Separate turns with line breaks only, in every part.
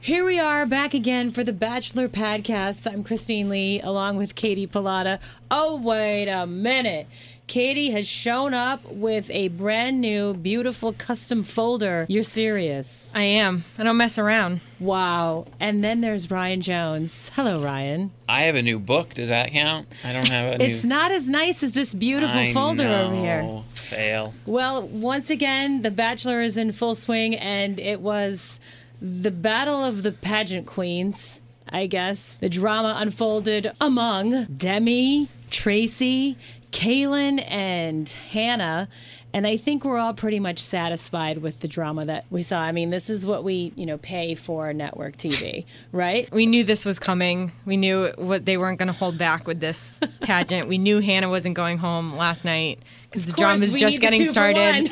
Here we are back again for the Bachelor Podcast. I'm Christine Lee along with Katie Pilata. Oh, wait a minute. Katie has shown up with a brand new, beautiful custom folder. You're serious.
I am. I don't mess around.
Wow. And then there's Ryan Jones. Hello, Ryan.
I have a new book. Does that count? I don't have a
It's
new.
not as nice as this beautiful
I
folder over here.
know. Fail.
Well, once again, The Bachelor is in full swing, and it was the battle of the pageant queens, I guess. The drama unfolded among Demi, Tracy, Kaylin, and Hannah. And I think we're all pretty much satisfied with the drama that we saw. I mean, this is what we, you know, pay for network TV, right?
We knew this was coming. We knew what they weren't going to hold back with this pageant. we knew Hannah wasn't going home last night because the
Of course,
drama's
we
just
need the
getting
two for
started.
one.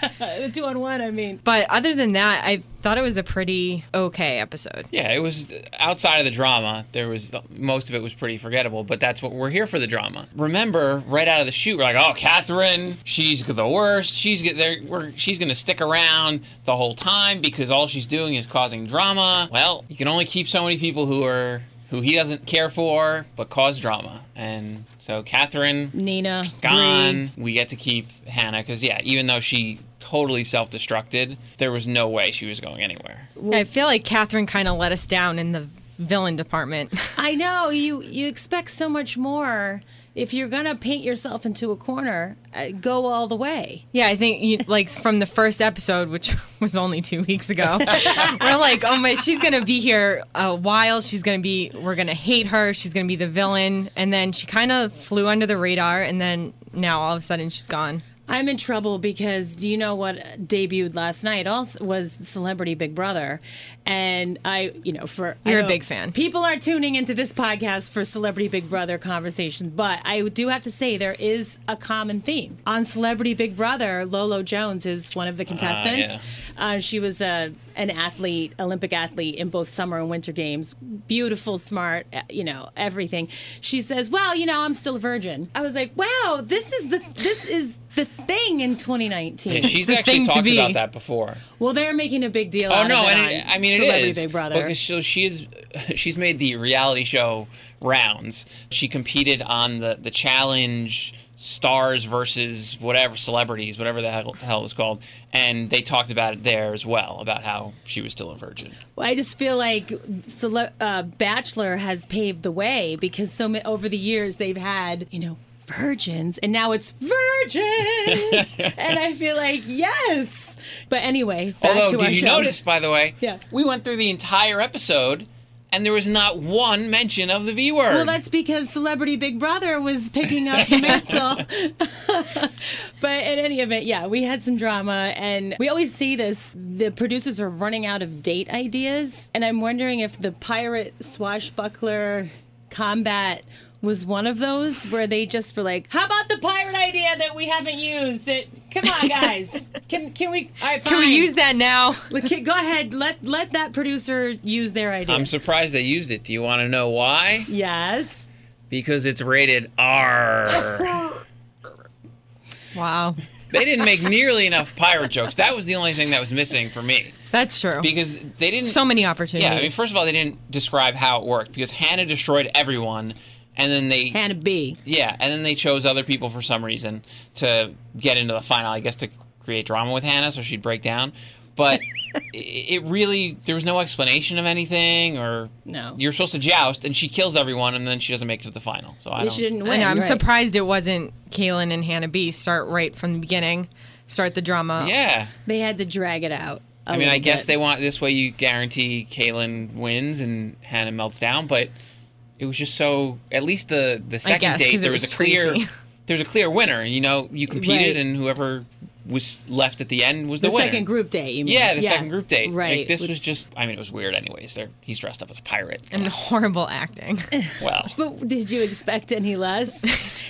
the two on one, I mean.
But other than that, I thought it was a pretty okay episode.
Yeah, it was outside of the drama. There was most of it was pretty forgettable, but that's what we're here for—the drama. Remember, right out of the shoot, we're like, "Oh, Catherine, she's the worst. She's get there. We're, she's going to stick around the whole time because all she's doing is causing drama." Well, you can only keep so many people who are who he doesn't care for, but cause drama. And so, Catherine
Nina, Bree,
gone. We get to keep Hannah because yeah, even though she totally self-destructed, there was no way she was going anywhere.
I feel like Catherine kind of let us down in the villain department.
I know you you expect so much more. If you're gonna paint yourself into a corner, uh, go all the way.
yeah, I think you, like from the first episode, which was only two weeks ago, we're like, oh my, she's going to be here a while. She's going to be, we're going to hate her. She's going to be the villain. And then she kind of flew under the radar. And then now all of a sudden she's gone.
I'm in trouble because do you know what debuted last night? Also was Celebrity Big Brother, and I, you know, for I
You're a
know
big fan.
People are tuning into this podcast for Celebrity Big Brother conversations, but I do have to say there is a common theme on Celebrity Big Brother. Lolo Jones is one of the contestants.
yeah.
Uh, she was a an athlete, Olympic athlete in both summer and winter games. Beautiful, smart, uh, you know, everything. She says, "Well, you know, I'm still a virgin." I was like, "Wow, this is the this is the thing in 2019."
Yeah, she's
The
actually
thing to
talked
be.
about that before.
well, they're making a big deal.
Oh
out
no,
of it
and it,
on
I mean it is
Celebrity Big Brother.
because she, she is she's made the reality show rounds. She competed on the the challenge stars versus whatever celebrities, whatever the hell, hell it was called, and they talked about it there as well about how she was still a virgin.
Well, I just feel like cele- uh, Bachelor has paved the way because so ma- over the years they've had, you know, virgins, and now it's virgins, and I feel like yes. But anyway, back to
Although,
our
did you
show.
notice, by the way?
Yeah.
We went through the entire episode, and there was not one mention of the V word.
Well, that's because Celebrity Big Brother was picking up the mantle. but in any event, yeah, we had some drama, and we always see this. The producers are running out of date ideas, and I'm wondering if the pirate swashbuckler combat was one of those where they just were like, "How about the pirate idea that we haven't used? It, come on, guys, can can we? All right,
Can we
fine.
use that now?
Okay, Go ahead. Let let that producer use their idea.
I'm surprised they used it. Do you want to know why?
yes.
Because it's rated R.
Wow.
they didn't make nearly enough pirate jokes. That was the only thing that was missing for me.
That's true.
Because they didn't.
so many opportunities.
Yeah, I mean, first of all, they didn't describe how it worked because Hannah destroyed everyone, and then they.
Hannah B.
Yeah, and then they chose other people for some reason to get into the final, I guess to create drama with Hannah so she'd break down. But i- it really, there was no explanation of anything, or
No.
You're supposed to joust, and she kills everyone, and then she doesn't make it to the final. So I
At
don't.
least she didn't win.
I know, I'm
you're right.
surprised it wasn't Kaylin and Hannah B. Start right from the beginning, start the drama.
Yeah,
They had to drag it out. I
I mean, I guess they want this way. You guarantee Kaylin wins and Hannah melts down, but it was just so. At least the the second
guess,
date
'cause it
there was,
was
a clear
Tracy.
there was a clear winner. You know, you
Right.
competed, and whoever was left at the end was the,
The
winner.
second group date, you mean?
Yeah, the second group date.
Right.
Like, this was just. I mean, it was weird. Anyways, there he's dressed up as a pirate.
and horrible acting.
well,
But did you expect any less?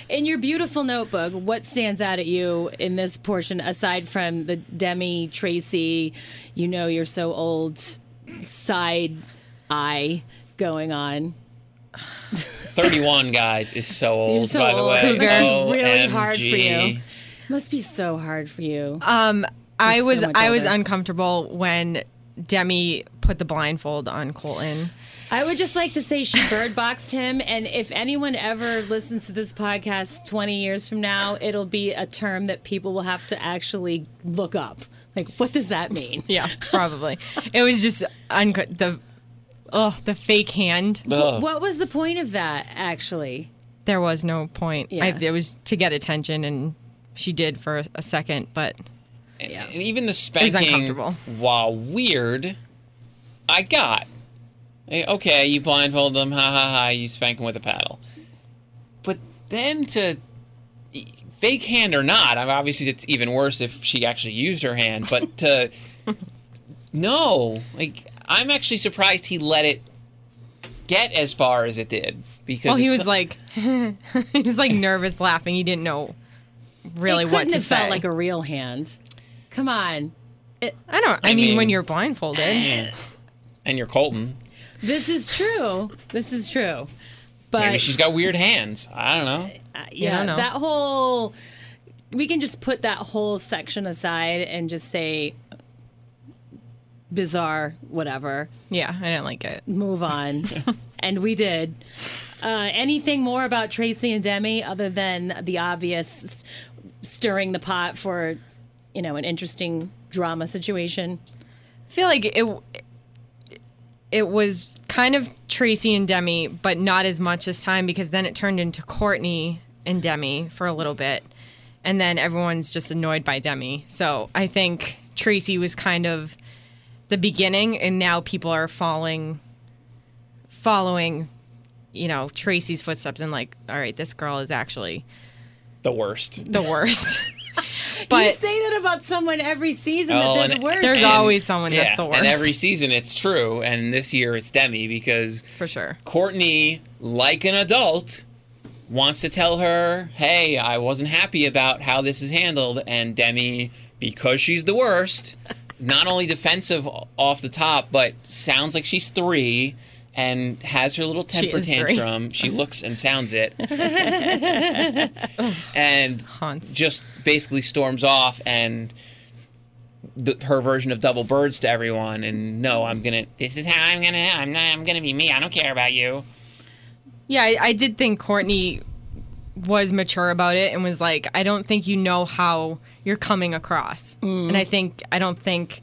in your beautiful notebook, what stands out at you in this portion aside from the Demi Tracy, you know you're so old side eye going on?
31 guys is so old.
You're so
by the
old.
way,
It must be really
OMG.
hard for you. Must be so hard for you.
I
so
was
much
I was
older.
uncomfortable when Demi put the blindfold on Colton.
I would just like to say she bird boxed him. And if anyone ever listens to this podcast 20 years from now, it'll be a term that people will have to actually look up. Like, what does that mean?
Yeah, probably. it was just unco- the oh the fake hand.
Ugh.
What was the point of that, actually?
There was no point. I,
Yeah.
it was to get attention, and she did for a second, but
And even the
was
spanking,
uncomfortable.
while weird, I got. Hey, Okay, you blindfold them, ha ha ha, you spank them with a paddle. But then to e, fake hand or not, I mean, obviously it's even worse if she actually used her hand, but to. no. Like, I'm actually surprised he let it get as far as it did. Because
well, he
it's-
was like he was like nervous, laughing. He didn't know really
it couldn't
what to
have
say.
felt like a real hand. Come on.
I don't. I, mean, when
mean-
you're blindfolded,
eh.
And you're Colton.
This is true. This is true. But
Maybe she's got weird hands. I don't know.
uh, yeah,
don't know.
that whole we can just put that whole section aside and just say bizarre whatever.
yeah, I didn't like it.
Move on. and we did. Uh, anything more about Tracy and Demi other than the obvious s- stirring the pot for, you know, an interesting drama situation?
I feel like it it was kind of Tracy and Demi, but not as much this time because then it turned into Courtney and Demi for a little bit. And then everyone's just annoyed by Demi. So I think Tracy was kind of the beginning and now people are following following you know Tracy's footsteps and like all right this girl is actually
The worst.
the worst. but
you say that about someone every season
Oh,
that they're
and-
the worst.
there's always someone that's the
And
worst.
every season it's true. And this year it's Demi because
for sure.
Courtney, like an adult, wants to tell her, hey, I wasn't happy about how this is handled. And Demi, because she's the worst, not only defensive off the top, but sounds like she's three and has her little temper
is three.
tantrum. She looks and sounds it. and
Haunts.
just basically storms off and the, her version of double birds to everyone and no i'm gonna this is how i'm gonna i'm not i'm gonna be me i don't care about you
Yeah, I, I did think Courtney was mature about it and was like, I don't think you know how you're coming across. And I think, I don't think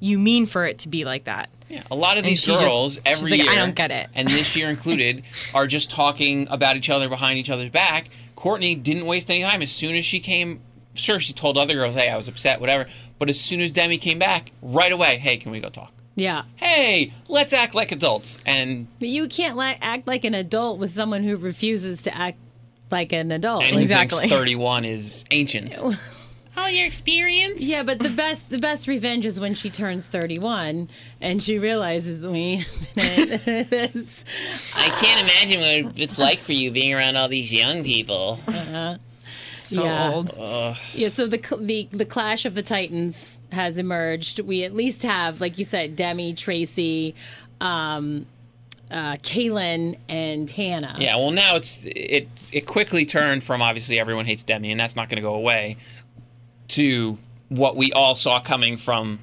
you mean for it to be like that.
yeah, a lot of these
she just-
girls
she's
every
like,
year
"I don't get it."
and this year included are just talking about each other behind each other's back courtney didn't waste any time as soon as she came sure she told other girls hey i was upset whatever but as soon as demi came back right away hey can we go talk
yeah.
hey let's act like adults and
But you can't li- act like an adult with someone who refuses to act like an adult.
and
Like-
who
Exactly.
thinks 31 is ancient all your experience
yeah, but the best the best revenge is when she turns 31 and she realizes we this.
I can't imagine what it's like for you being around all these young people.
So
Yeah.
old.
Yeah, so the cl- the the clash of the titans has emerged. We at least have like you said Demi, Tracy, um uh, Kaylin and Hannah.
Yeah, well now it's it it quickly turned from obviously everyone hates Demi and that's not going to go away to what we all saw coming from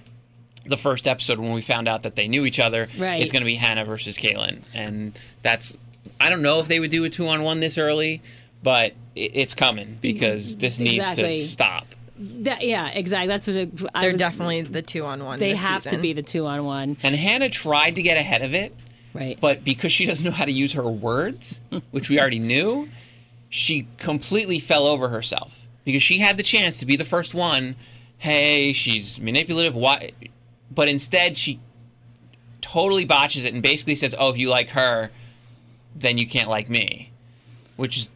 the first episode when we found out that they knew each other.
Right.
It's going to be Hannah versus Kaylin and that's I don't know if they would do a 2 on 1 this early, but it, it's coming because this needs
Exactly.
to stop.
That- yeah, exactly. That's what it, I
They're
was-
definitely the two on one.
They
this
have
season.
to be the two on one,
And Hannah tried to get ahead of it
right?
but because she doesn't know how to use her words, which we already knew, she completely fell over herself because she had the chance to be the first one. Hey, she's manipulative. Why? But instead, she totally botches it and basically says, "Oh, if you like her, then you can't like me," which is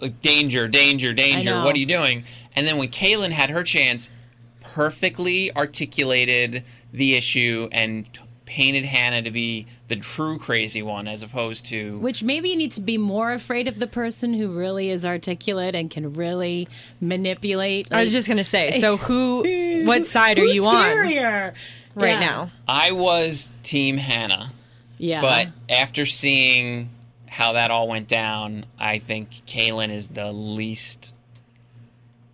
like danger, danger, danger.
know.
What are you doing? And then when Kaylin had her chance, perfectly articulated the issue and t- painted Hannah to be the true crazy one as opposed to
Which maybe you need to be more afraid of the person who really is articulate and can really manipulate.
I was
like,
just gonna say. So who? what side are
who's
you on
scarier?
right
Yeah.
now?
I was team
Uh-huh.
Hannah.
Yeah.
But after seeing how that all went down, I think Kaylin is the least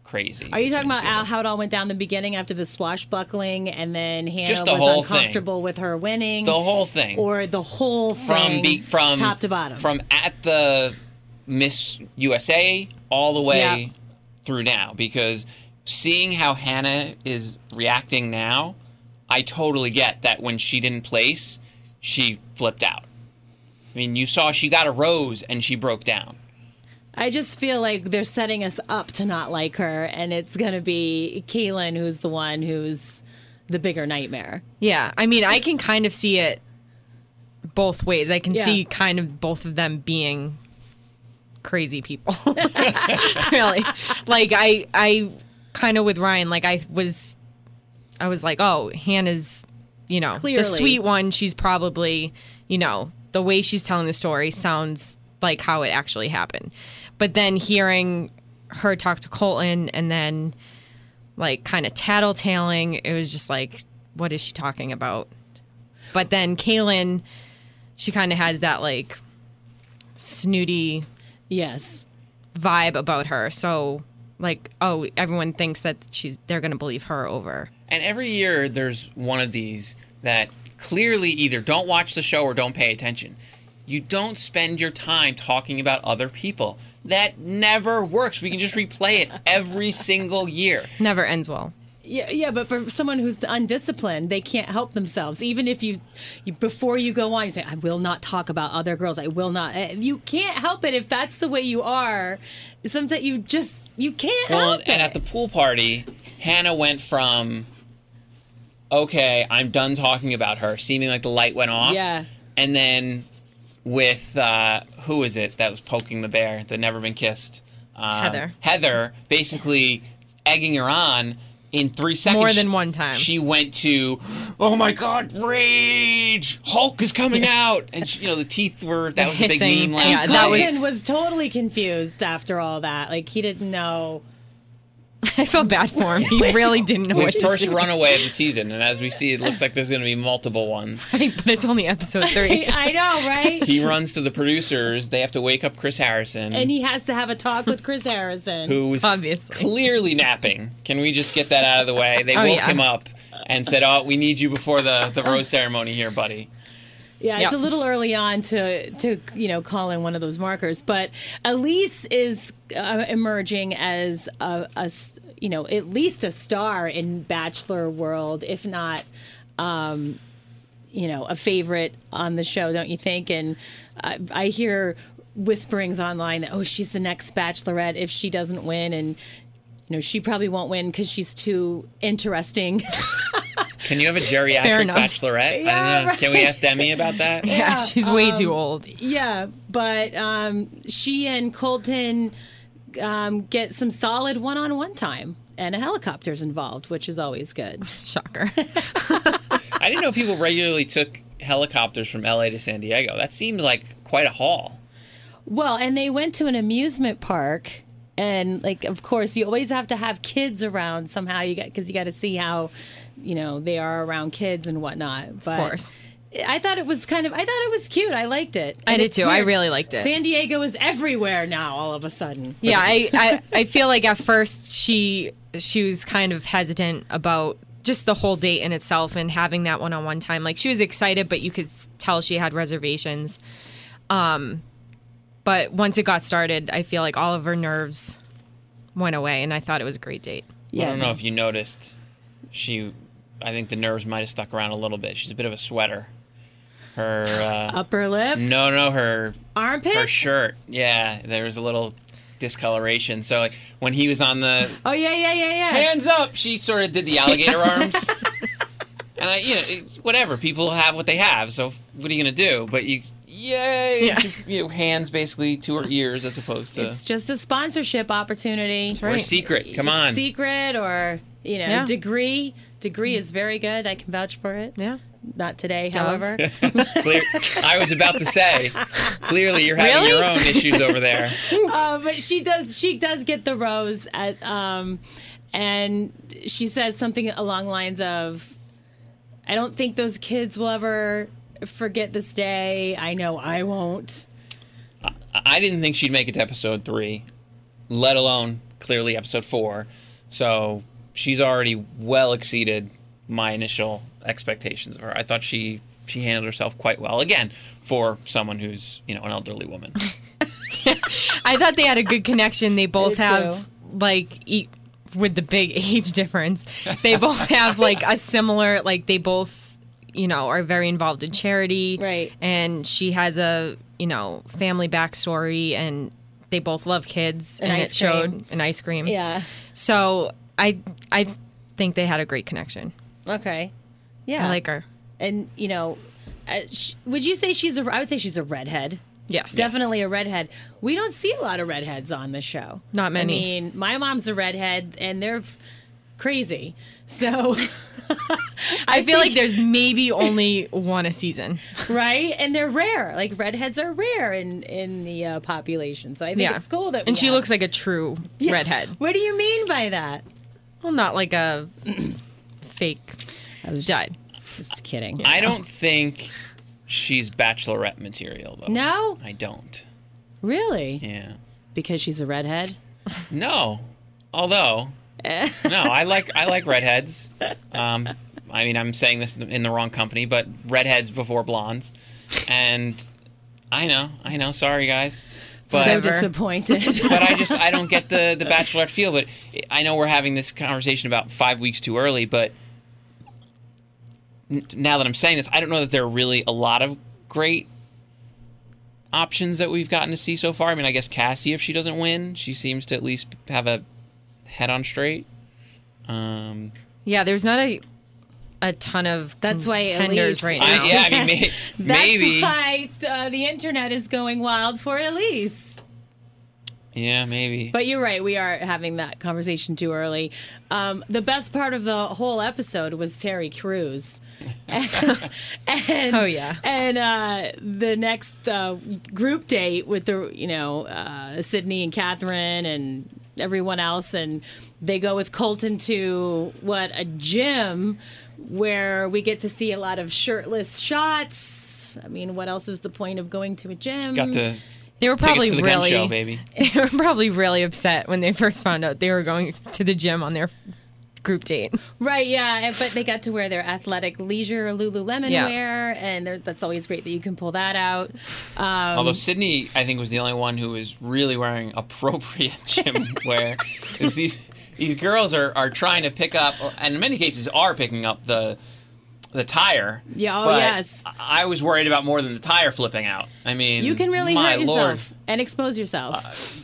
crazy.
Are you talking
between
about
the two of
Al,
us.
how it all went down in the beginning after the swashbuckling and then Hannah
Just the
was
whole thing.
uncomfortable with her winning?
the whole thing?
or the whole
from
thing
be, from
top to bottom.
from at the Miss USA all the way
Yeah.
through now because seeing how Hannah is reacting now, I totally get that when she didn't place, she flipped out. I mean, you saw she got a rose and she broke down.
I just feel like they're setting us up to not like her, and it's gonna be Kaylin who's the one who's the bigger nightmare.
Yeah, I mean, I can kind of see it both ways. I can
Yeah.
see kind of both of them being crazy people. really, like I, I kind of with Ryan, like I was, I was like, oh, Hannah's, you know,
Clearly.
the sweet one. She's probably, you know, the way she's telling the story sounds like how it actually happened. But then hearing her talk to Colton and then like kind of tattletaling. It was just like, what is she talking about? But then Kaylin, she kind of has that like snooty
Yes.
vibe about her. So like, oh, everyone thinks that she's they're gonna believe her over.
And every year there's one of these that clearly either don't watch the show or don't pay attention. You don't spend your time talking about other people. That never works. We can just replay it every single year.
Never ends well.
Yeah, yeah, but for someone who's undisciplined, they can't help themselves. Even if you, you before you go on, you say, "I will not talk about other girls. I will not." Eh, You can't help it if that's the way you are. Sometimes you just you can't
Well,
help it.
and at the pool party, Hannah went from okay, I'm done talking about her, seeming like the light went off.
Yeah.
And then with uh, who is it that was poking the bear that never been kissed? Um,
Heather.
Heather basically egging her on in three seconds.
More than
she-
one time.
She went to, oh my God, rage! Hulk is coming out, and she, you know the teeth were that was the big
Hissing.
meme last
Yeah, that
night.
Colin was totally confused after all that. Like he didn't know.
I felt bad for him. He really didn't know what
his
to
first
do.
runaway of the season, and as we see, it looks like there's going to be multiple ones.
but it's only episode three.
I know, right?
He runs to the producers. They have to wake up Chris Harrison,
and he has to have a talk with Chris Harrison.
who was
Obviously.
clearly napping. Can we just get that out of the way? They
Oh,
woke
yeah. Oh.
him up and said, "Oh, we need you before the the rose ceremony here, buddy."
Yeah, it's a
Yeah.
little early on to to you know call in one of those markers, but Elise is uh, emerging as a, a s- you know at least a star in Bachelor world, if not. Um, you know, a favorite on the show, don't you think? And I, I hear whisperings online that oh, she's the next Bachelorette if she doesn't win, and you know she probably won't win because she's too interesting.
Can you have a geriatric
enough.
bachelorette? I
Yeah,
don't know. Can we ask Demi about that?
Yeah, she's way too old.
Yeah, but um, she and Colton um, get some solid one-on-one time, and a helicopter's involved, which is always good.
Shocker.
I didn't know people regularly took helicopters from LA to San Diego. That seemed like quite a haul.
Well, and they went to an amusement park, and like, of course, you always have to have kids around somehow. You got because you got to see how, you know, they are around kids and whatnot. But
course.
I thought it was kind of. I thought it was cute. I liked it.
I
And
did
it's
too. I
weird.
really liked it.
San Diego is everywhere now. All of a sudden.
yeah I, I i feel like at first she she was kind of hesitant about just the whole date in itself and having that one-on-one time like she was excited but you could s- tell she had reservations um but once it got started i feel like all of her nerves went away and i thought it was a great date
I don't know if you noticed. She, I think the nerves might have stuck around a little bit. She's a bit of a sweater. Her, uh,
Upper lip,
no, no, her,
armpits.
her shirt. Yeah, there was a little discoloration. So like when he was on the
Oh yeah, yeah, yeah, yeah.
hands up, she sort of did the alligator arms. And I, you know, it- whatever people have what they have. So what are you gonna do? But you, yay! and
Yeah.
she, you know, hands basically to her ears as opposed to
It's just a sponsorship opportunity.
or a secret. Come on.
Secret or you know
Yeah.
degree. Degree is very good. I can vouch for it.
Yeah.
Not today,
Dove.
however.
Clear, I was about to say, clearly you're having your own issues over there.
uh, but she does. She does get the rose at. Um, and she says something along lines of, "I don't think those kids will ever forget this day. I know I won't."
I didn't think she'd make it to episode three, let alone clearly episode four. So she's already well exceeded my initial expectations of her. I thought she she handled herself quite well again for someone who's you know an elderly woman.
I thought they had a good connection. They both
too.
have like e- with the big age difference, they both have like a similar like they both you know are very involved in charity,
Right.
And she has a you know family backstory, and they both love kids,
And
and
ice
it showed an ice cream.
Yeah.
So I I think they had a great connection.
Okay. Yeah.
I like her.
and you know, uh, sh- would you say she's a? I would say she's a redhead.
Yes,
Definitely a redhead. We don't see a lot of redheads on the show.
Not many.
I mean, my mom's a redhead, and they're f- crazy. So,
I feel like there's maybe only one a season.
right, and they're rare. Like redheads are rare in in the uh, population. So I think
Yeah,
it's cool that.
and
we
she
have-
looks like a true redhead.
What do you mean by that?
Well, not like a fake
I was
dyed.
Just kidding.
I don't think she's bachelorette material though.
No,
I don't.
really,
Yeah.
because she's a redhead.
No. Although, no, I like I like redheads. Um, I mean, I'm saying this in the, in the wrong company, but redheads before blondes, and I know, I know. Sorry, guys, but
so
Sever.
disappointed.
but I just I don't get the the bachelorette feel. But I know we're having this conversation about five weeks too early. But n- now that I'm saying this, I don't know that there are really a lot of great options that we've gotten to see so far. I mean, I guess Cassie, if she doesn't win, she seems to at least have a head on straight. Um,
Yeah, there's not a a ton of
That's why Elise-
contenders right now.
I, yeah, I mean, may,
That's
maybe.
why uh, the internet is going wild for Elise.
Yeah, maybe.
But you're right. We are having that conversation too early. Um, the best part of the whole episode was Terry Crews. and,
Oh, yeah.
And uh, the next uh, group date with the you know uh, Sydney and Catherine and everyone else, and they go with Colton to what a gym where we get to see a lot of shirtless shots. I mean, what else is the point of going to a gym?
Got the
They were probably
tickets to the gun
really
show, baby.
they were probably really upset when they first found out they were going to the gym on their group date.
Right, yeah, and- but they got to wear their athletic leisure Lululemon
Yeah.
wear, and they're- that's always great that you can pull that out.
Although
Mm.
Sydney, I think, was the only one who was really wearing appropriate gym wear. 'Cause these these girls are, are trying to pick up, and in many cases are picking up the the tire.
Yeah, oh,
but
yes.
I I was worried about more than the tire flipping out. I mean,
You can really
my
hurt
lord.
yourself and expose yourself.
Uh,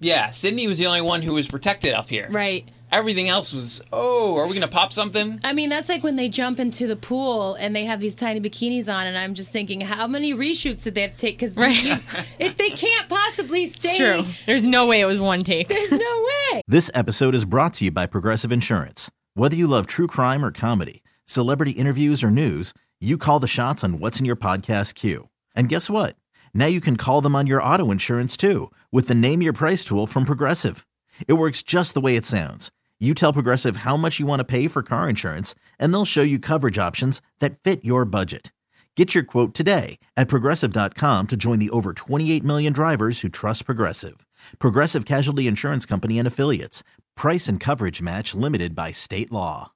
Yeah, Sydney was the only one who was protected up here.
right.
Everything else was, oh, are we gonna pop something?
I mean, that's like when they jump into the pool and they have these tiny bikinis on, and I'm just thinking, how many reshoots did they have to take? Because
Right.
if they can't possibly stay,
It's true. There's no way it was one take.
there's no way.
This episode is brought to you by Progressive Insurance. Whether you love true crime or comedy, celebrity interviews or news, you call the shots on what's in your podcast queue. And guess what? Now you can call them on your auto insurance too with the Name Your Price tool from Progressive. It works just the way it sounds. You tell Progressive how much you want to pay for car insurance, and they'll show you coverage options that fit your budget. Get your quote today at progressive.com to join the over 28 million drivers who trust Progressive. Progressive Casualty Insurance Company and Affiliates. Price and coverage match limited by state law.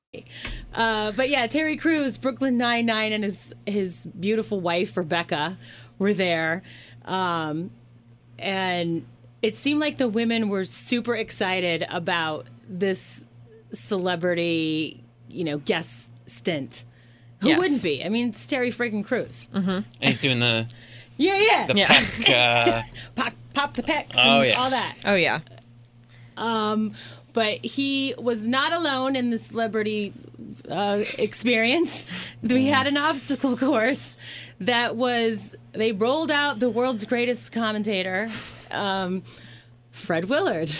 Uh, but yeah, Terry Crews, Brooklyn Nine Nine, and his his beautiful wife Rebecca were there, um, and it seemed like the women were super excited about this celebrity, you know, guest stint. Who
Yes.
wouldn't be? I mean, it's Terry friggin' Crews.
Mm-hmm. And he's doing the
Yeah, yeah.
the
Yeah.
pec. Uh,
pop, pop the pecs
Oh,
and
yeah.
all that.
Oh yeah.
but he was not alone in the celebrity uh, experience. We had an obstacle course that was they rolled out the world's greatest commentator, um, Fred Willard.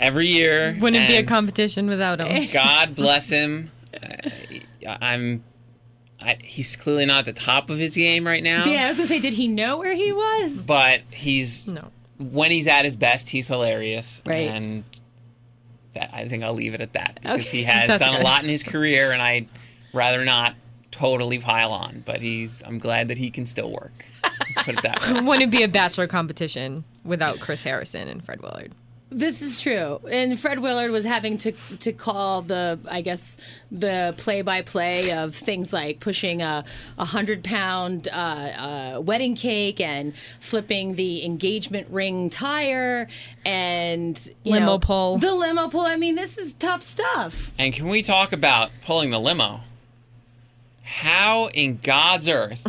every year.
Wouldn't be a
and
competition without him.
God bless him. Uh, I'm. I, he's clearly not at the top of his game right now.
Yeah, I was gonna say, did he know where he was?
But he's
No.
when he's at his best, he's hilarious.
Right.
And that, I think I'll leave it at that because
Okay,
he has
that's
done a
good.
lot in his career, and I'd rather not totally pile on. But he's. I'm glad that he can still work. Let's put it that way.
Wouldn't be a bachelor competition without Chris Harrison and Fred Willard.
This is true. And Fred Willard was having to to call the I guess the play by play of things like pushing a, a hundred pound uh, uh, wedding cake and flipping the engagement ring tire and you
Limo
know,
pull.
The limo pull. I mean, this is tough stuff.
And can we talk about pulling the limo? How in God's earth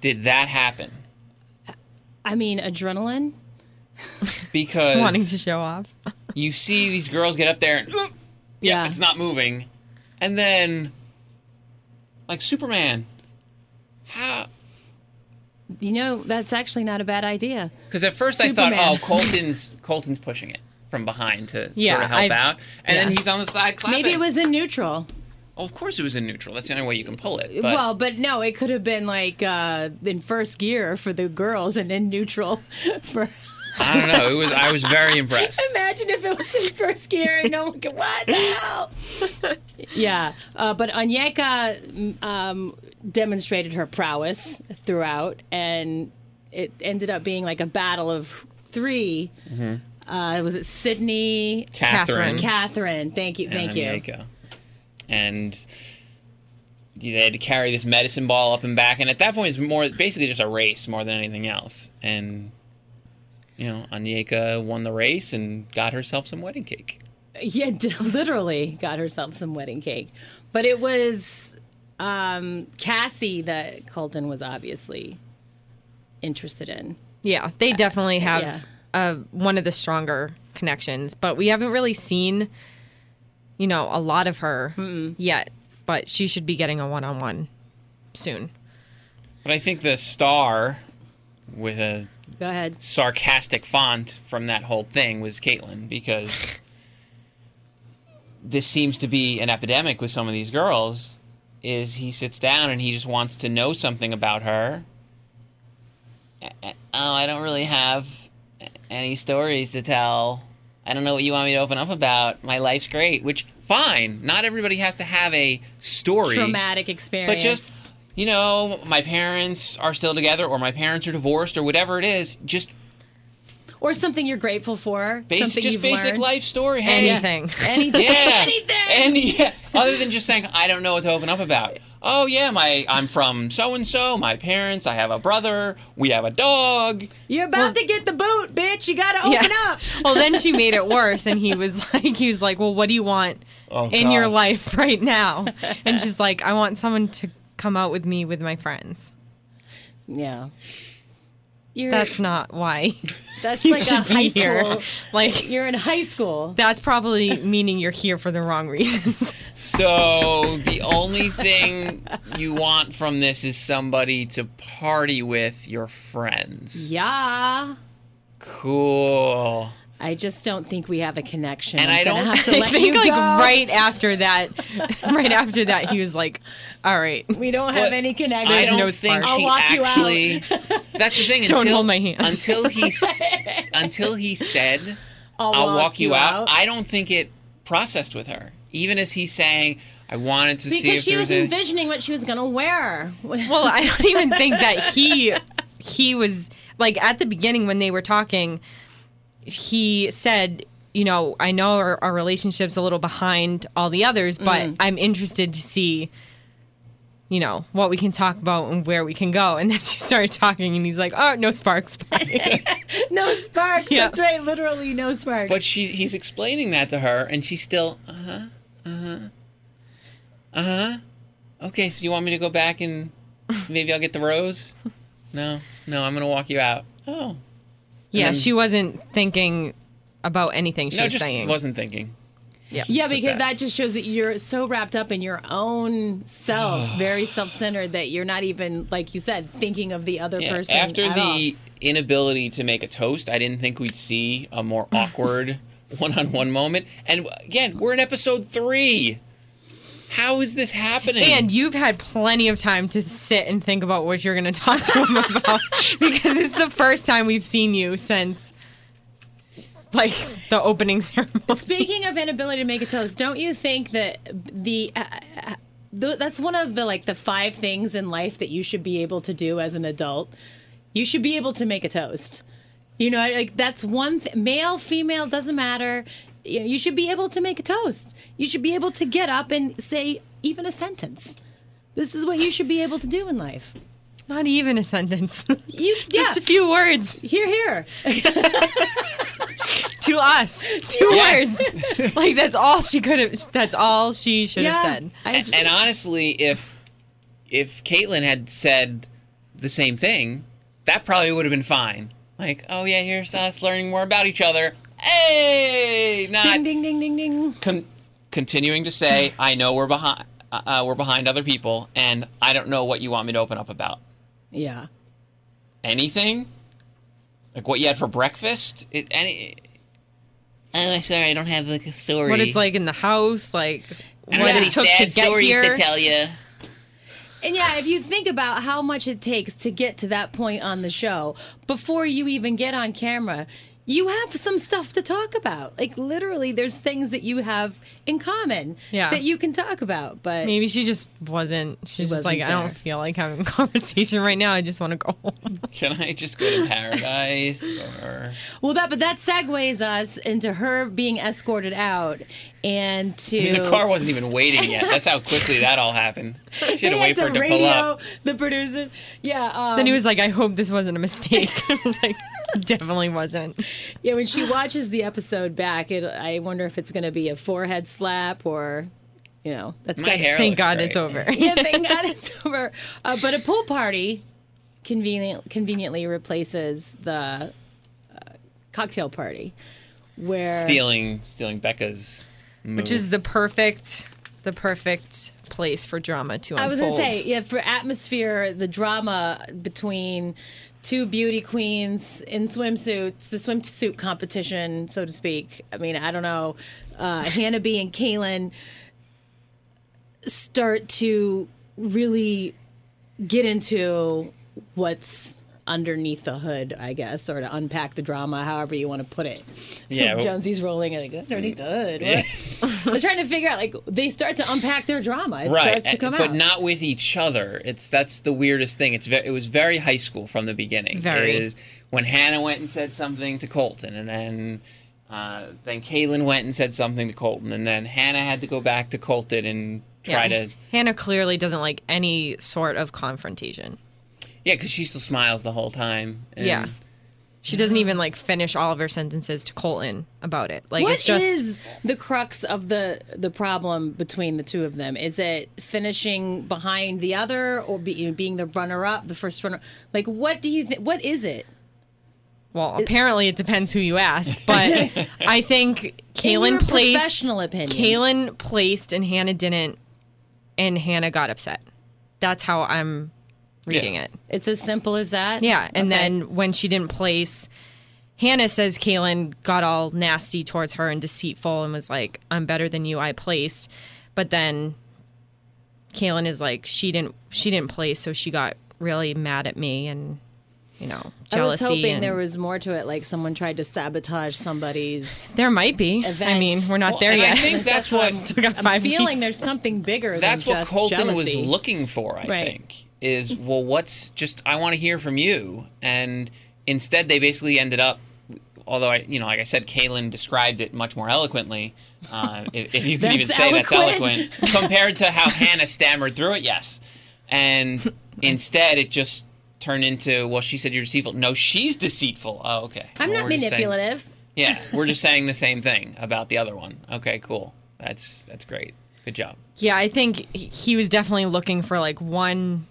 did that happen?
I mean, adrenaline.
Wanting to
Because
show off.
you see these girls get up there and "Oop, yeah,
Yeah.
it's not moving. And then like Superman. How
You know, that's actually not a bad idea.
cuz at first I
Superman.
thought, "Oh, Colton's Colton's pushing it from behind to
Yeah,
sort of help
I've-
out." And then
yeah.
he's on the side clapping.
Maybe it was in neutral.
Oh, of course it was in neutral. That's the only way you can pull it. But
well, but no, it could have been like uh, in first gear for the girls and in neutral for.
I don't know. It was I was very impressed.
Imagine if it was in first gear and no one could. What the hell? yeah, uh, but Anyeka um, demonstrated her prowess throughout, and it ended up being like a battle of 3 Uh, was it Sydney,
Catherine.
Catherine.
Catherine? Thank you, thank you.
Onyeka. And they had to carry this medicine ball up and back. And at that point, it's more basically just a race more than anything else. And you know, Anyeka won the race and got herself some wedding cake.
Yeah, d- literally got herself some wedding cake. But it was um, Cassie that Colton was obviously interested in.
Yeah, they definitely have
yeah.
uh, one of the stronger connections, but we haven't really seen, you know, a lot of her yet. But she should be getting a one-on-one soon.
But I think the star, with a
Go ahead.
sarcastic font from that whole thing, was Caitlyn because this seems to be an epidemic with some of these girls. Is he sits down and he just wants to know something about her oh, I don't really have any stories to tell. I don't know what you want me to open up about. My life's great, which fine. Not everybody has to have a story.
Traumatic experience.
But just you know, my parents are still together or my parents are divorced or whatever it is, just
or something you're grateful for.
basic
something
just
you've
basic
learned.
life story. Hey,
Anything.
Anything.
Yeah.
Anything.
Any, yeah. Other than just saying, I don't know what to open up about. Oh yeah, my I'm from so and so, my parents, I have a brother, we have a dog.
you're about to get the boot, bitch. You got to
Yeah.
open up.
well, then she made it worse, and he was like, he was like, well, what do you want
Oh,
in your
God.
life right now? And she's like, I want someone to come out with me with my friends.
Yeah. You're,
That's not why
that's
you
like a
should
high
be here.
school.
Like.
You're in high school.
That's probably meaning you're here for the wrong reasons.
So the only thing you want from this is somebody to party with your friends.
Yeah.
Cool.
I just don't think we have a connection.
And
I'm
I
gonna
don't
have to
I
let
think
you
like
go.
right after that, right after that, he was like, "All right,
We don't have
But
any connection.
I don't
no
think
spark.
she
I'll walk you out.
actually. That's the thing.
Don't
until,
hold my hand.
Until he, s- until he said,
I'll,
"I'll walk you out," I don't think it processed with her. Even as he's saying, "I wanted to see
because
if
she
there
was
was a."
envisioning what she was going to wear.
well i don't even think that he he was like at the beginning when they were talking he said you know i know our, our relationship's a little behind all the others but i'm interested to see you know what we can talk about and where we can go and then she started talking and he's like oh no sparks bye."
no sparks.
Yeah.
That's right. Literally no sparks.
But she, he's explaining that to her, and she's still, uh huh, uh huh, uh huh. Okay, so you want me to go back and so maybe I'll get the rose? No, no, I'm gonna walk you out. Oh,
yeah
then-
she wasn't thinking about anything she
no,
was
just
saying
wasn't thinking.
Yeah.
Yeah, because
that-
that. just shows that you're so wrapped up in your own self, very self-centered that you're not even, like you said, thinking of the other
Yeah,
person.
After
at all.
the inability to make a toast, I didn't think we'd see a more awkward one-on-one moment. And again, we're in episode three. How is this happening?
And you've had plenty of time to sit and think about what you're going to talk to him about because it's the first time we've seen you since like the opening ceremony.
Speaking of inability to make a toast, don't you think that the uh, uh, th- that's one of the like the five things in life that you should be able to do as an adult? You should be able to make a toast. You know, like that's one th- male, female doesn't matter. You you should be able to make a toast. You should be able to get up and say even a sentence. This is what you should be able to do in life.
Not even a sentence.
You
Just a few words
here, here.
to us. Two
Yes.
words. Like that's all she could have that's all she should have said.
I
and, and honestly, if if Caitlin had said the same thing, that probably would have been fine. Like, oh yeah, here's us learning more about each other. Hey, not
ding, ding, ding, ding, ding.
con- continuing to say, I know we're behind, uh, uh, we're behind other people, and I don't know what you want me to open up about.
Yeah.
Anything? Like what you had for breakfast? It, any? Oh, sorry, I don't have like a story.
What it's like in the house, like
I don't
what
have
it
any
took to
sad
get
stories
here.
to tell you.
And yeah, if you think about how much it takes to get to that point on the show before you even get on camera, you have some stuff to talk about. Like literally, there's things that you have in common
Yeah.
that you can talk about. But
Maybe she just wasn't. She's just
wasn't
like, I don't
there.
feel like having a conversation right now. I just want to go home.
Can I just go to paradise or?
well, that but that segues us into her being escorted out and to
I mean, the car wasn't even waiting yet. That's how quickly that all happened. She had
They
to
had
wait for it to
radio
pull up.
the producer. Yeah. Um,
Then he was like, I hope this wasn't a mistake. I was like, definitely wasn't.
Yeah, when she watches the episode back, it, I wonder if it's going to be a forehead slap or, you know, that's
My
gotta-
hair.
Thank
looks
God
great.
it's over.
yeah, thank God it's over. Uh, but a pool party convenient, conveniently replaces the uh, cocktail party, where
Stealing, stealing Becca's. Move.
Which is the perfect, the perfect place for drama to unfold.
I was gonna say, yeah, for atmosphere, the drama between two beauty queens in swimsuits, the swimsuit competition, so to speak. I mean, I don't know, uh, Hannah B and Kaylin start to really get into what's underneath the hood, I guess, or to unpack the drama, however you want to put it.
Yeah, well-
Jonesy's rolling like underneath the hood. What? I was trying to figure out, like, they start to unpack their drama. It
right,
starts to
and-
come
but
out.
not with each other. It's that's the weirdest thing. It's ve- it was very high school from the beginning.
Very.
It is when Hannah went and said something to Colton, and then uh, then Kaylin went and said something to Colton, and then Hannah had to go back to Colton and try
Yeah.
to
Hannah clearly doesn't like any sort of confrontation.
yeah, because she still smiles the whole time. and-
Yeah. She doesn't even like finish all of her sentences to Colton about it. Like
What
it's just
is the crux of the the problem between the two of them? Is it finishing behind the other, or be, being the runner up, the first runner? Like, what do you think? What is it?
well, apparently it depends who you ask, but I think
In
Kaylin
your
placed
professional opinion.
Kaylin placed and Hannah didn't, and Hannah got upset. That's how I'm reading
Yeah.
it.
It's as simple as that.
Yeah. And
Okay.
then when she didn't place, Hannah says Kaylin got all nasty towards her and deceitful and was like, I'm better than you, I placed. But then Kaylin is like, she didn't she didn't place, so she got really mad at me and you know,
I was
jealousy.
hoping
and-
there was more to it. Like someone tried to sabotage somebody's.
there might be. I
event.
mean, we're not
Well,
there
and I
yet.
think that's what
Still got
I'm
five
feeling
weeks.
there's something bigger.
that's
than
what
just
Colton was
jealousy.
looking for, I
Right.
think. Is well, what's just I want to hear from you, and instead they basically ended up. Although I, you know, like I said, Kaylin described it much more eloquently. Uh, if, if you could even
That's
say that's
eloquent.
eloquent compared to how Hannah stammered through it, yes. And instead, it just turned into well, she said you're deceitful. No, she's deceitful. Oh, okay.
I'm
Well,
not
we're just saying-
manipulative.
yeah, we're just saying the same thing about the other one. Okay, cool. That's that's great. Good job.
Yeah, I think he- he was definitely looking for like one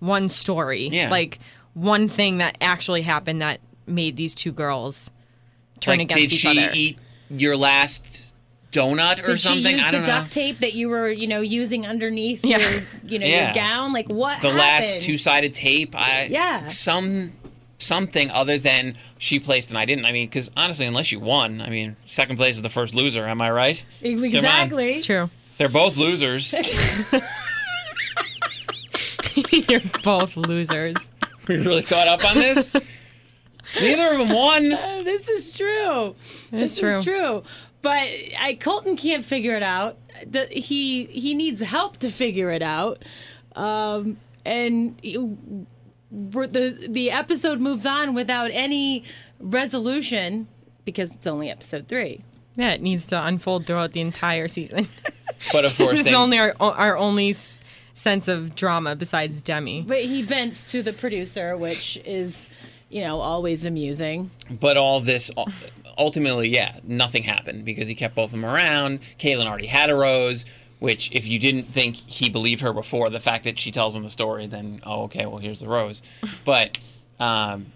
one story.
Yeah.
Like one thing that actually happened that made these two girls turn against
did
each
she
other.
eat your last donut or
Did she
something.
use
I don't
the
know.
duct tape that you were, you know, using underneath
Yeah.
your, you know,
Yeah.
your gown? Like what?
the last
happened?
two sided tape. I
Yeah.
some something other than she placed and I didn't. I mean, because honestly, unless you won, I mean, second place is the first loser. Am I right?
Exactly.
It's true.
They're both losers.
You're both losers.
we really caught up on this. Neither of them won.
Uh, this is true. this
is
is
true.
true. But I Colton can't figure it out. The, he he needs help to figure it out. Um, and you- we're- the the episode moves on without any resolution because it's only episode three.
Yeah, it needs to unfold throughout the entire season.
But of course,
this is
they,
only our, our only s- sense of drama besides Demi.
But he vents to the producer, which is, you know, always amusing.
but all this ul- ultimately, yeah, nothing happened because he kept both of them around. Kaylin already had a rose. Which, if you didn't think he believed her before, the fact that she tells him the story, then oh, okay, well here's the rose. But um,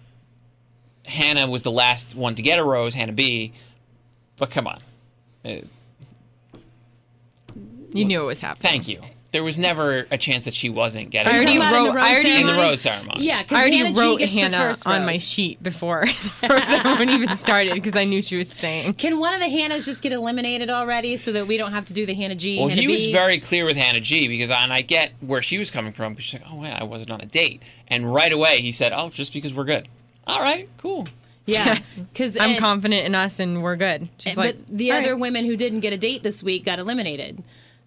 Hannah was the last one to get a rose, Hannah B. But come on, Uh,
You knew it was happening.
thank you. There was never a chance that she wasn't getting.
I already
a rose.
Talking about in
wrote.
the
I already
in the
ceremony?
rose ceremony.
Yeah, because
I already
Hannah G
wrote
gets the
Hannah
first
on my
rose.
sheet before the rose ceremony even started because I knew she was staying.
Can one of the Hannahs just get eliminated already so that we don't have to do the Hannah G?
Well,
Hannah
he was
B?
very clear with Hannah G because, and I get where she was coming from. But she's like, "Oh wait, I wasn't on a date," and right away he said, "Oh, just because we're good." All right, cool.
Yeah, because
I'm confident in us and we're good. She's like
but the
"All
other
right."
women who didn't get a date this week got eliminated.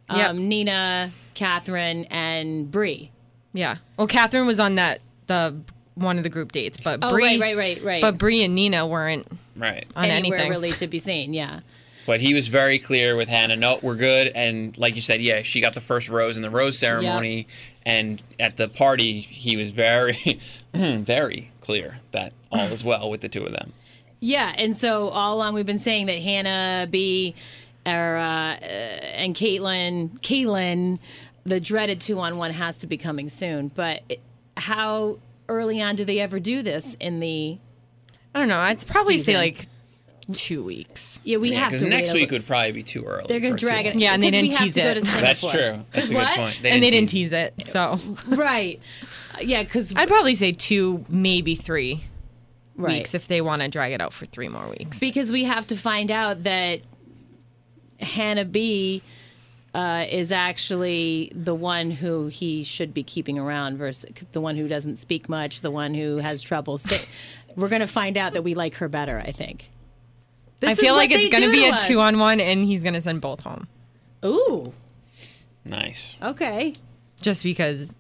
Um,
Yep.
Nina, Catherine, and Bree.
Yeah. Well, Catherine was on that the one of the group dates, but
Oh,
Bree,
right, right, right, right.
But Bree and Nina weren't
Right.
on
Anywhere
anything.
really to be seen. Yeah.
But he was very clear with Hannah. No, we're good. And like you said, yeah, she got the first rose in the rose ceremony, and at the party he was very, very clear that all is well with the two of them.
Yeah, and so all along we've been saying that Hannah B. Or, uh, uh, and Caitlin, Caitlin, the dreaded two on one has to be coming soon. But it- how early on do they ever do this in the?
I don't know. I'd probably
Season.
say like two weeks.
Yeah, we have
Because
to.
next
wait a
week
li-
would probably be too early.
they're gonna
for two
drag it.
on-
Yeah, and they
because we
didn't
have
tease
to go
it.
to
That's
Singapore.
true. That's a good
What?
point.
and they didn't tease it. So
right? Uh, Yeah, because
I'd probably say two, maybe three
right.
weeks if they want to drag it out for three more weeks.
because we have to find out that Hannah B uh, is actually the one who he should be keeping around versus the one who doesn't speak much, the one who has trouble. Sta- We're going to find out that we like her better, I think. This
I
is
feel
what
like it's
they
going to
do
be a
us.
two on one and he's going to send both home
Ooh,
Nice.
okay.
just because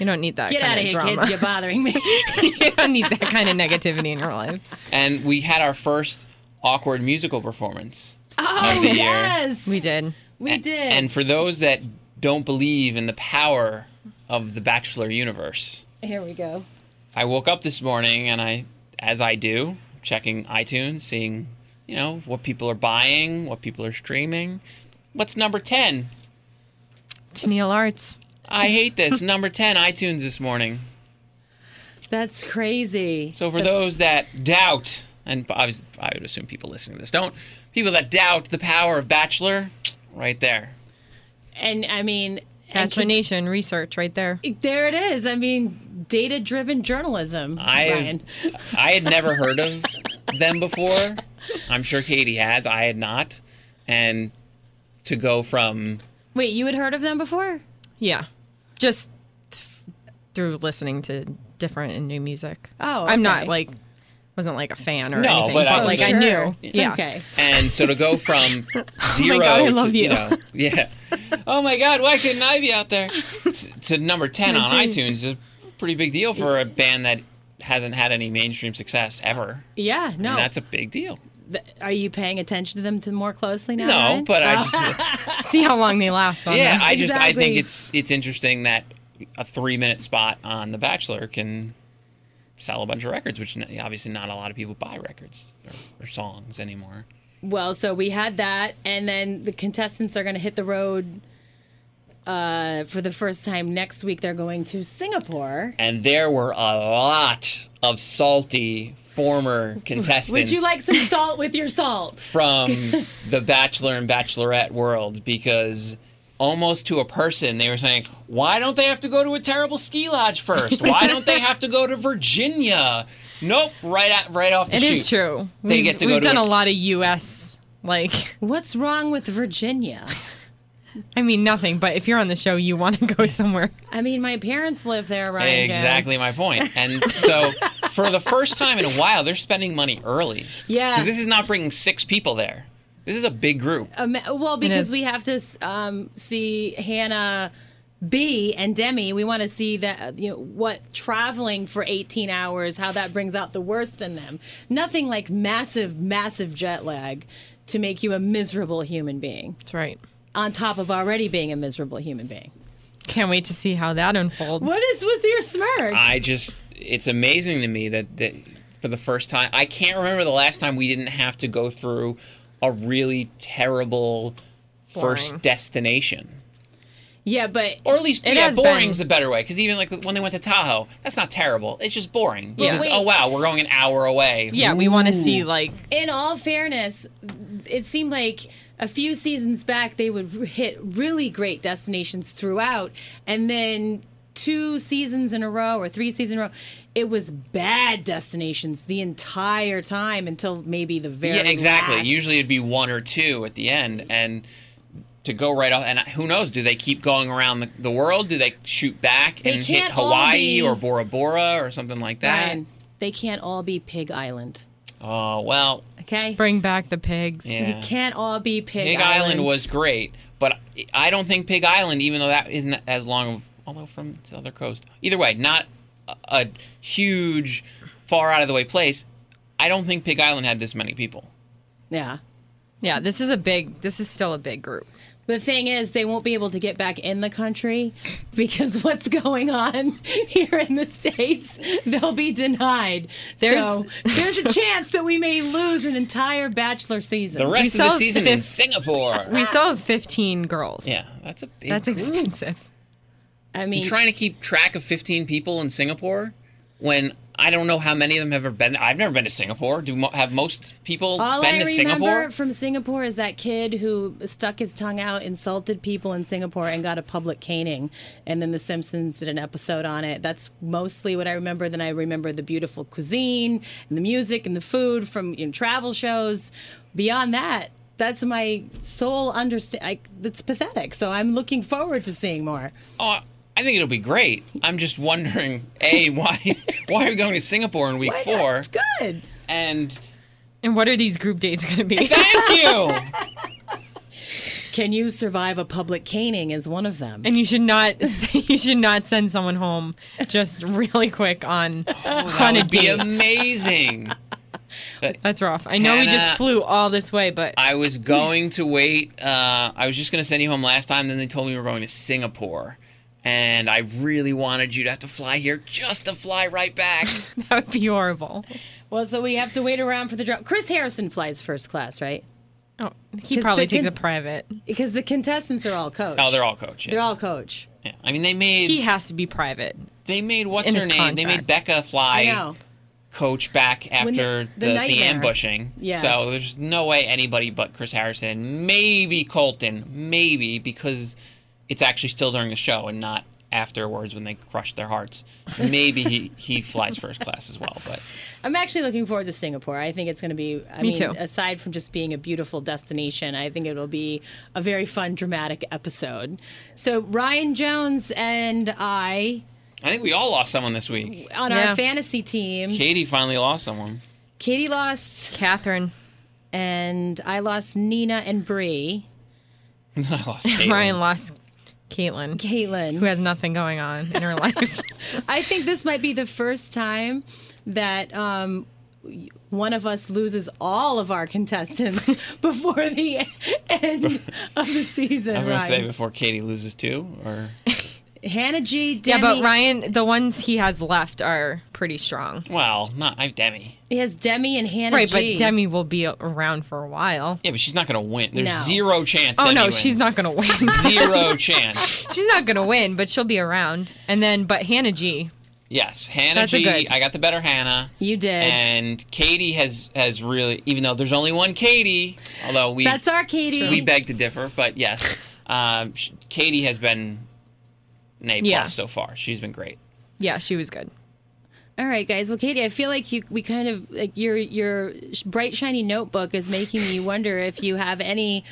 you don't need that
Get
kind
out of
of
here,
drama.
kids. You're bothering me.
you don't need that kind of negativity in your life.
And we had our first awkward musical performance.
oh,
the year.
yes.
We did.
We did.
And for those that don't believe in the power of the Bachelor universe,
Here we go.
I woke up this morning and I, as I do, checking iTunes, seeing, you know, what people are buying, what people are streaming. What's number 10?
Tennille Arts.
I hate this. number 10 iTunes this morning.
That's crazy.
So for those that doubt, and obviously I would assume people listening to this don't, people that doubt the power of Bachelor, right there.
And I mean, and
Bachelor Nation research right there.
There it is. I mean, data driven journalism.
I
Ryan.
I had never heard of them before. I'm sure Katie has. I had not. And to go from
Wait, you had heard of them before?
Yeah. Just th- through listening to different and new music.
Oh,
I'm
okay.
not like wasn't like a fan or
No,
anything,
but
but,
I was
like
sure.
I knew.
It's
yeah.
okay.
and so to go from zero
Oh God, I love
to,
you.
know, yeah. Oh my god, why couldn't I be out there? To, to number 10 on iTunes is a pretty big deal for a band that hasn't had any mainstream success ever.
Yeah, no.
Oh.
And that's a big deal.
Th- Are you paying attention to them to more closely now?
No,
Ryan?
but I
Oh.
just
See how long they last on
Yeah,
that.
I just I think
Exactly.
it's it's interesting that a three minute spot on The Bachelor can sell a bunch of records, which n- obviously not a lot of people buy records or, or songs anymore.
Well, so we had that, and then the contestants are going to hit the road uh, for the first time next week. They're going to Singapore.
and there were a lot of salty former contestants.
Would you like some salt with your salt?
from the Bachelor and Bachelorette world because almost to a person they were saying, "Why don't they have to go to a terrible ski lodge first? Why don't they have to go to Virginia?" Nope, right at, right off the
It
shoot.
is true.
They
we've
get to go
we've
to
done
a-
a lot of U.S. Like,
What's wrong with Virginia?
I mean, nothing. But if you're on the show, you want to go somewhere.
I mean, my parents live there, Ryan. Jones.
Exactly my point. And so, for the first time in a while, they're spending money early.
Yeah.
'Cause this is not bringing six people there. This is a big group.
Um, well,
is.
because we have to um, see Hannah B and Demi. We want to see that you know what traveling for 18 hours, how that brings out the worst in them. Nothing like massive, massive jet lag to make you a miserable human being.
That's right.
On top of already being a miserable human being.
Can't wait to see how that unfolds.
What is with your smirk?
I just, it's amazing to me that, that for the first time, I can't remember the last time we didn't have to go through a really terrible
Boring.
first destination.
yeah, but
Or at least,
It
yeah,
has
boring's
been.
the better way. Because even like when they went to Tahoe, that's not terrible. It's just boring.
Yeah.
Because,
wait.
oh, wow, we're going an hour away.
Yeah, we want to see like
in all fairness, it seemed like a few seasons back they would r- hit really great destinations throughout, and then two seasons in a row or three seasons in a row, it was bad destinations the entire time until maybe the very
yeah exactly
last.
usually it'd be one or two at the end and to go right off and who knows do they keep going around the, the world do they shoot back
They
and hit
can't all
hawaii
be-
or bora bora or something like that
Ryan, they can't all be Pig Island,
oh well
okay?
bring back the pigs.
Yeah.
They can't all be Pig,
pig island. was great but i don't think pig island even though that isn't as long of, although from its other coast either way not a, a huge far out of the way place i don't think pig island had this many people
yeah.
Yeah, this is a big. This is still a big group.
The thing is, they won't be able to get back in the country because what's going on here in the States, they'll be denied. There's, so there's a chance that we may lose an entire bachelor season.
the rest of the
saw
season in
fif-
singapore
Ah.
We still have 15 girls.
yeah that's a big
that's
group.
expensive.
I mean,
I'm trying to keep track of 15 people in Singapore when I don't know how many of them have ever been. I've never been to Singapore. Do mo- have most people
all
been
I
to
remember
Singapore?
from Singapore is that kid who stuck his tongue out, insulted people in Singapore, and got a public caning. And then The Simpsons did an episode on it. That's mostly what I remember. Then I remember the beautiful cuisine and the music and the food from you know, travel shows. Beyond that, that's my sole understand. That's pathetic. So I'm looking forward to seeing more.
Oh, I think it'll be great. I'm just wondering, a why why are we going to Singapore in week
Why not?
four?
It's good.
And
And what are these group dates going to be?
thank you.
Can you survive a public caning? Is one of them.
and you should not. You should not send someone home just really quick on
Oh, That
on a
would be
date.
amazing.
That's rough. I know we
Hannah-
just flew all this way, but
I was going to wait. Uh, I was just going to send you home last time. Then they told me we were going to Singapore, and I really wanted you to have to fly here just to fly right back.
that would be horrible.
well, so we have to wait around for the drop. Chris Harrison flies first class, right?
Oh, he
Just
probably
the
takes a
con-
private.
Because the contestants are all coach.
Oh, they're all coach. yeah.
They're all coach.
Yeah. I mean, they made
He has to be private.
they made what's
in
her
his
name? They made
contract.
Becca
I
fly
know.
coach back after
the- the
the, the,
nightmare.
ambushing.
Yes.
So there's no way anybody but Chris Harrison, maybe Colton, maybe because it's actually still during the show and not afterwards when they crush their hearts. Maybe he, he flies first class as well, but
I'm actually looking forward to Singapore. I think it's going to be. I
Me
mean,
too.
aside from just being a beautiful destination, I think it'll be a very fun, dramatic episode. So Ryan Jones and I
I think we all lost someone this week.
on
Yeah.
our fantasy team.
Katie finally lost someone.
Katie lost,
Catherine,
and I lost Nina and Bree.
I lost Caitlin.
Ryan lost Caitlin,
Caitlin.
who has nothing going on in her life.
I think this might be the first time that um, one of us loses all of our contestants before the end of the season.
I was gonna say
Ryan.
before Katie loses too, or
Hannah G.
Yeah,
Demi.
but Ryan, the ones he has left are pretty strong.
Well, not I've Demi.
He has Demi and Hannah
Right,
G.
but Demi will be around for a while.
Yeah, but she's not gonna win. There's
No.
zero chance.
Oh
Demi
no,
wins.
she's not gonna win.
Zero chance.
she's not gonna win, but she'll be around. And then, but Hannah G.
Yes, Hannah
That's a
G.
good-
I got the better Hannah.
You did.
And Katie has has really, even though there's only one Katie, although we
That's our Katie.
we beg to differ, but yes, um, sh- Katie has been an A plus
Yeah.
so far. She's been great.
Yeah, she was good.
All right, guys. Well, Katie, I feel like you we kind of like your your sh- bright shiny notebook is making me wonder if you have any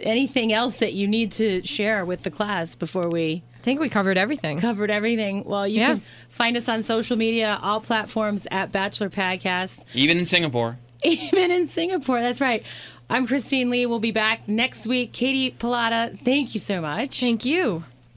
anything else that you need to share with the class before we
I think we covered everything.
covered everything. Well, you
Yeah.
can find us on social media, all platforms at Bachelor Podcast,
Even in Singapore,
even in Singapore. That's right. I'm Christine Lee. We'll be back next week. Katie Pilata, thank you so much.
Thank you.